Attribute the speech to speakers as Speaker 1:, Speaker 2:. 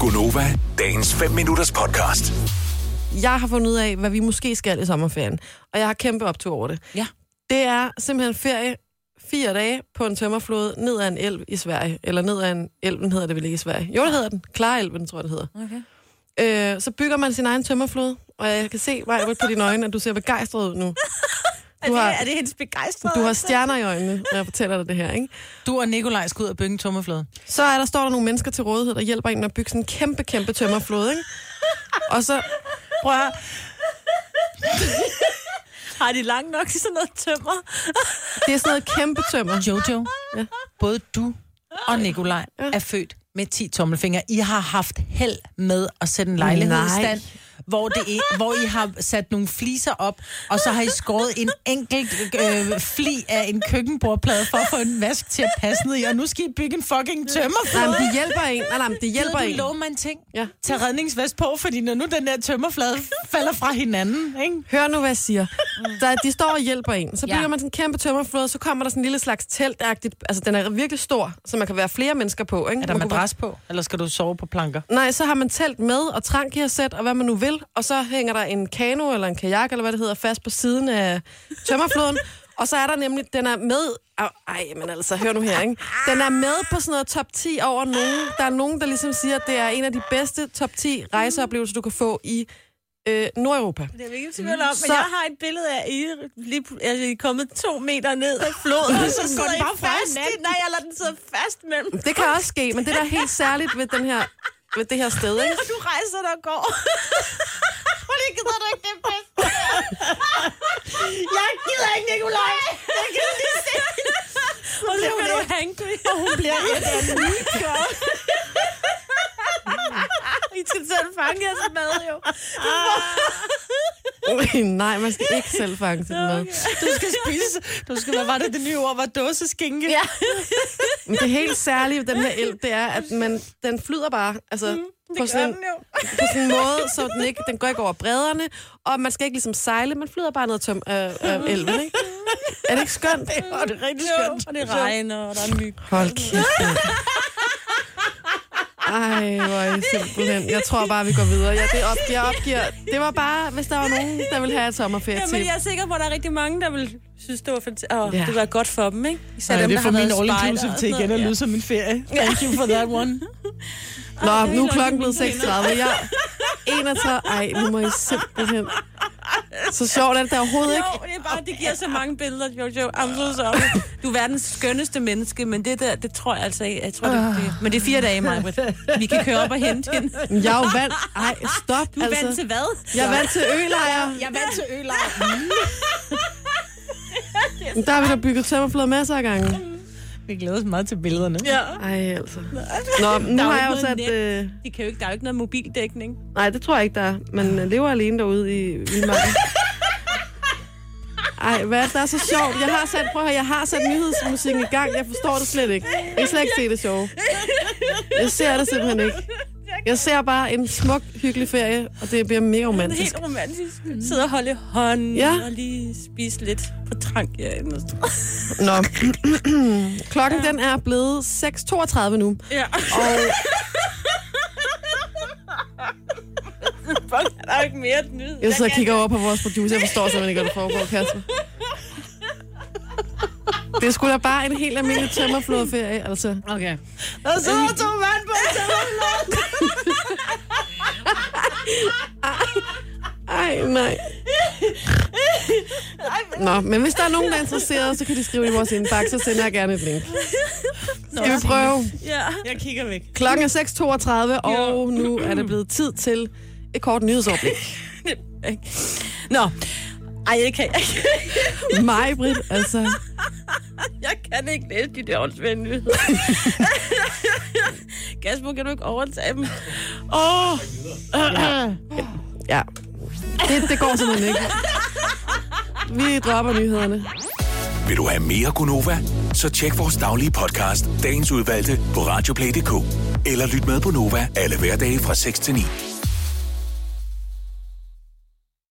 Speaker 1: Gunova, dagens 5 minutters podcast.
Speaker 2: Jeg har fundet ud af, hvad vi måske skal i sommerferien, og jeg har kæmpe optur over det.
Speaker 3: Ja.
Speaker 2: Det er simpelthen ferie fire dage på en tømmerflod ned ad en elv i Sverige. Eller ned ad en... Elven hedder det vel ikke i Sverige? Jo, det hedder den. Klarelven, tror jeg, det hedder.
Speaker 3: Okay.
Speaker 2: Øh, så bygger man sin egen tømmerflod, og jeg kan se, Maja, på dine øjne, at du ser begejstret ud nu. Du har,
Speaker 3: det hendes begejstrede?
Speaker 2: du har stjerner i øjnene, når jeg fortæller dig det her, ikke?
Speaker 3: Du og Nikolaj skal ud og bygge en tommerflade.
Speaker 2: Så er der, står der nogle mennesker til rådighed, der hjælper en med at bygge sådan en kæmpe, kæmpe tømmerflod, ikke? Og så, prøv at, høre,
Speaker 4: Har de langt nok til sådan noget tømmer?
Speaker 2: det er sådan noget kæmpe tømmer.
Speaker 3: Jojo, ja. både du og Nikolaj ja. er født med 10 tommelfingre. I har haft held med at sætte en lejlighed i
Speaker 2: Nej.
Speaker 3: stand, hvor, det er, hvor I har sat nogle fliser op, og så har I skåret en enkelt øh, fli af en køkkenbordplade for at få en vask til at passe ned i, og nu skal I bygge en fucking tømmerflade.
Speaker 2: Nej, men det hjælper en. Nej, nej, men det hjælper
Speaker 3: Gider du
Speaker 2: en.
Speaker 3: love mig en ting?
Speaker 2: Ja.
Speaker 3: Tag redningsvest på, fordi når nu den der tømmerflade falder fra hinanden, ikke?
Speaker 2: Hør nu, hvad jeg siger. Der, de står og hjælper en. Så bygger ja. man sådan en kæmpe tømmerflod, så kommer der sådan en lille slags teltagtigt. Altså, den er virkelig stor, så man kan være flere mennesker på. Ikke?
Speaker 3: Er der
Speaker 2: man kunne
Speaker 3: madras på, eller skal du sove på planker?
Speaker 2: være- Nej, så har man telt med og trangiasæt og hvad man nu vil. Og så hænger der en kano eller en kajak, eller hvad det hedder, fast på siden af tømmerfloden. og så er der nemlig, den er med... Au, Ej, men altså, hør nu her, ikke? Den er med på sådan noget top 10 over nogen. Der er nogen, der ligesom siger, at det er en af de bedste top 10 rejseoplevelser, du kan få i øh, Nordeuropa.
Speaker 4: Det er vi ikke i tvivl om, men
Speaker 2: Så-
Speaker 4: jeg har et billede af, at I, lige, pl- altså, I er kommet to meter ned af floden, og så sidder
Speaker 3: den
Speaker 4: I
Speaker 3: bare fra
Speaker 4: fast i,
Speaker 3: hinanden.
Speaker 4: nej, jeg lader den sidde fast mellem,
Speaker 2: Det kan også ske, men det der er helt særligt ved, den her, ved det her sted, ikke?
Speaker 4: og du rejser dig og går. Hvor lige gider du ikke det bedste? jeg gider ikke, Nikolaj! Jeg gider ikke se. Og så bliver du hangry. Og hun bliver et af I skal selv fange jeres mad, jo.
Speaker 2: Nej, man skal ikke selv fange sin mad.
Speaker 3: Du skal spise, du skal, hvad var det, det nye ord var, dåseskinke? Ja.
Speaker 2: Men det helt særlige ved den her elv, det er, at man, den flyder bare. Altså, på sådan, en, på sådan en måde, så den, ikke, den går ikke over bredderne, og man skal ikke ligesom sejle, man flyder bare ned ad tøm, øh, øh, elven, ikke? Er det ikke skønt?
Speaker 3: Og det er rigtig
Speaker 4: Jo,
Speaker 3: skønt.
Speaker 4: og det regner, og der er myg.
Speaker 2: Hold kæft. mand. Ej, hvor er I simpelthen. Jeg tror bare, vi går videre. Ja, det op, jeg opgiver. Det var bare, hvis der var nogen, der ville have et sommerferie
Speaker 4: Jamen, jeg er sikker på, at der er rigtig mange, der vil synes, det var fantastisk. Åh,
Speaker 2: Ja.
Speaker 4: ja. det var godt for dem, ikke? Især
Speaker 3: Så
Speaker 4: dem,
Speaker 3: det
Speaker 4: der
Speaker 3: får
Speaker 4: har
Speaker 3: min
Speaker 4: været
Speaker 3: all
Speaker 4: spejder
Speaker 3: inclusive
Speaker 4: og
Speaker 3: til
Speaker 4: sådan
Speaker 3: igen at
Speaker 4: noget.
Speaker 3: lyde som en ferie. Thank you for that one.
Speaker 2: Nå,
Speaker 4: det er
Speaker 2: nu er
Speaker 4: helt
Speaker 2: klokken
Speaker 4: ondt i
Speaker 2: blevet
Speaker 4: mine
Speaker 2: 36. Jeg er 31. Ej, nu må I simpelthen... Så sjovt er det der overhovedet ikke.
Speaker 4: Jo, det er bare, det giver så mange billeder, Jojo. I'm so sorry. Du er verdens skønneste menneske, men det der, det tror jeg altså ikke. Jeg tror, det, det. Men det er fire dage, Maja. Vi kan køre op og hente hende. Du
Speaker 2: Men Jeg er jo vant... Ej, stop,
Speaker 4: er
Speaker 2: altså.
Speaker 4: vant til hvad?
Speaker 2: Jeg er vant til ølejre.
Speaker 3: Jeg vandt til øl.
Speaker 2: Men Der har vi da bygget tømmerflod masser af gange.
Speaker 3: Vi glæder os meget til billederne.
Speaker 4: Ja.
Speaker 2: Ej, altså. Nå, nu har jeg jo
Speaker 4: noget
Speaker 2: sat...
Speaker 4: net.
Speaker 2: Øh...
Speaker 4: De kan jo ikke, der er jo ikke noget mobildækning.
Speaker 2: Nej, det tror jeg ikke, der er. Man øh, lever alene derude i vildmarken. Ej, hvad er det, der er så sjovt? Jeg har sat, prøv at høre, jeg har sat nyhedsmusikken i gang. Jeg forstår det slet ikke. Jeg kan slet ikke se det sjove. Jeg ser det simpelthen ikke. Jeg ser bare en smuk, hyggelig ferie, og det bliver mega
Speaker 4: Det er
Speaker 2: romantisk.
Speaker 4: helt romantisk. Sidde og holde hånden
Speaker 2: Ja.
Speaker 4: ja. og lige spise lidt på trang. Ja,
Speaker 2: Nå. Klokken den er blevet 6.32 nu.
Speaker 4: ja.
Speaker 2: Og
Speaker 4: Fuck, der er jo ikke mere nyt.
Speaker 2: jeg sidder og kigger over på vores producer. Jeg forstår simpelthen ikke, hvad der foregår, Kasper. Det skulle da bare en helt almindelig tømmerflodferie, altså.
Speaker 3: Okay. Der sidder to mand på et
Speaker 2: Ej, nej. Nå, men hvis der er nogen, der er interesseret, så kan de skrive i vores indbakke, så sender jeg gerne et link. Skal vi prøve?
Speaker 4: Ja.
Speaker 3: Jeg kigger væk.
Speaker 2: Klokken er 6.32, og nu er det blevet tid til et kort nyhedsoverblik.
Speaker 4: Nå. Ej, jeg kan, jeg,
Speaker 2: Mig, Britt, altså.
Speaker 4: jeg kan ikke læse de der åndsvende nyheder. Kasper, kan du ikke overtage dem? Åh, oh,
Speaker 2: Ja. Det, det går simpelthen ikke. Vi dropper nyhederne.
Speaker 1: Vil du have mere Gunova? Så tjek vores daglige podcast, dagens udvalgte, på radioplay.dk. Eller lyt med på Nova alle hverdage fra 6 til 9.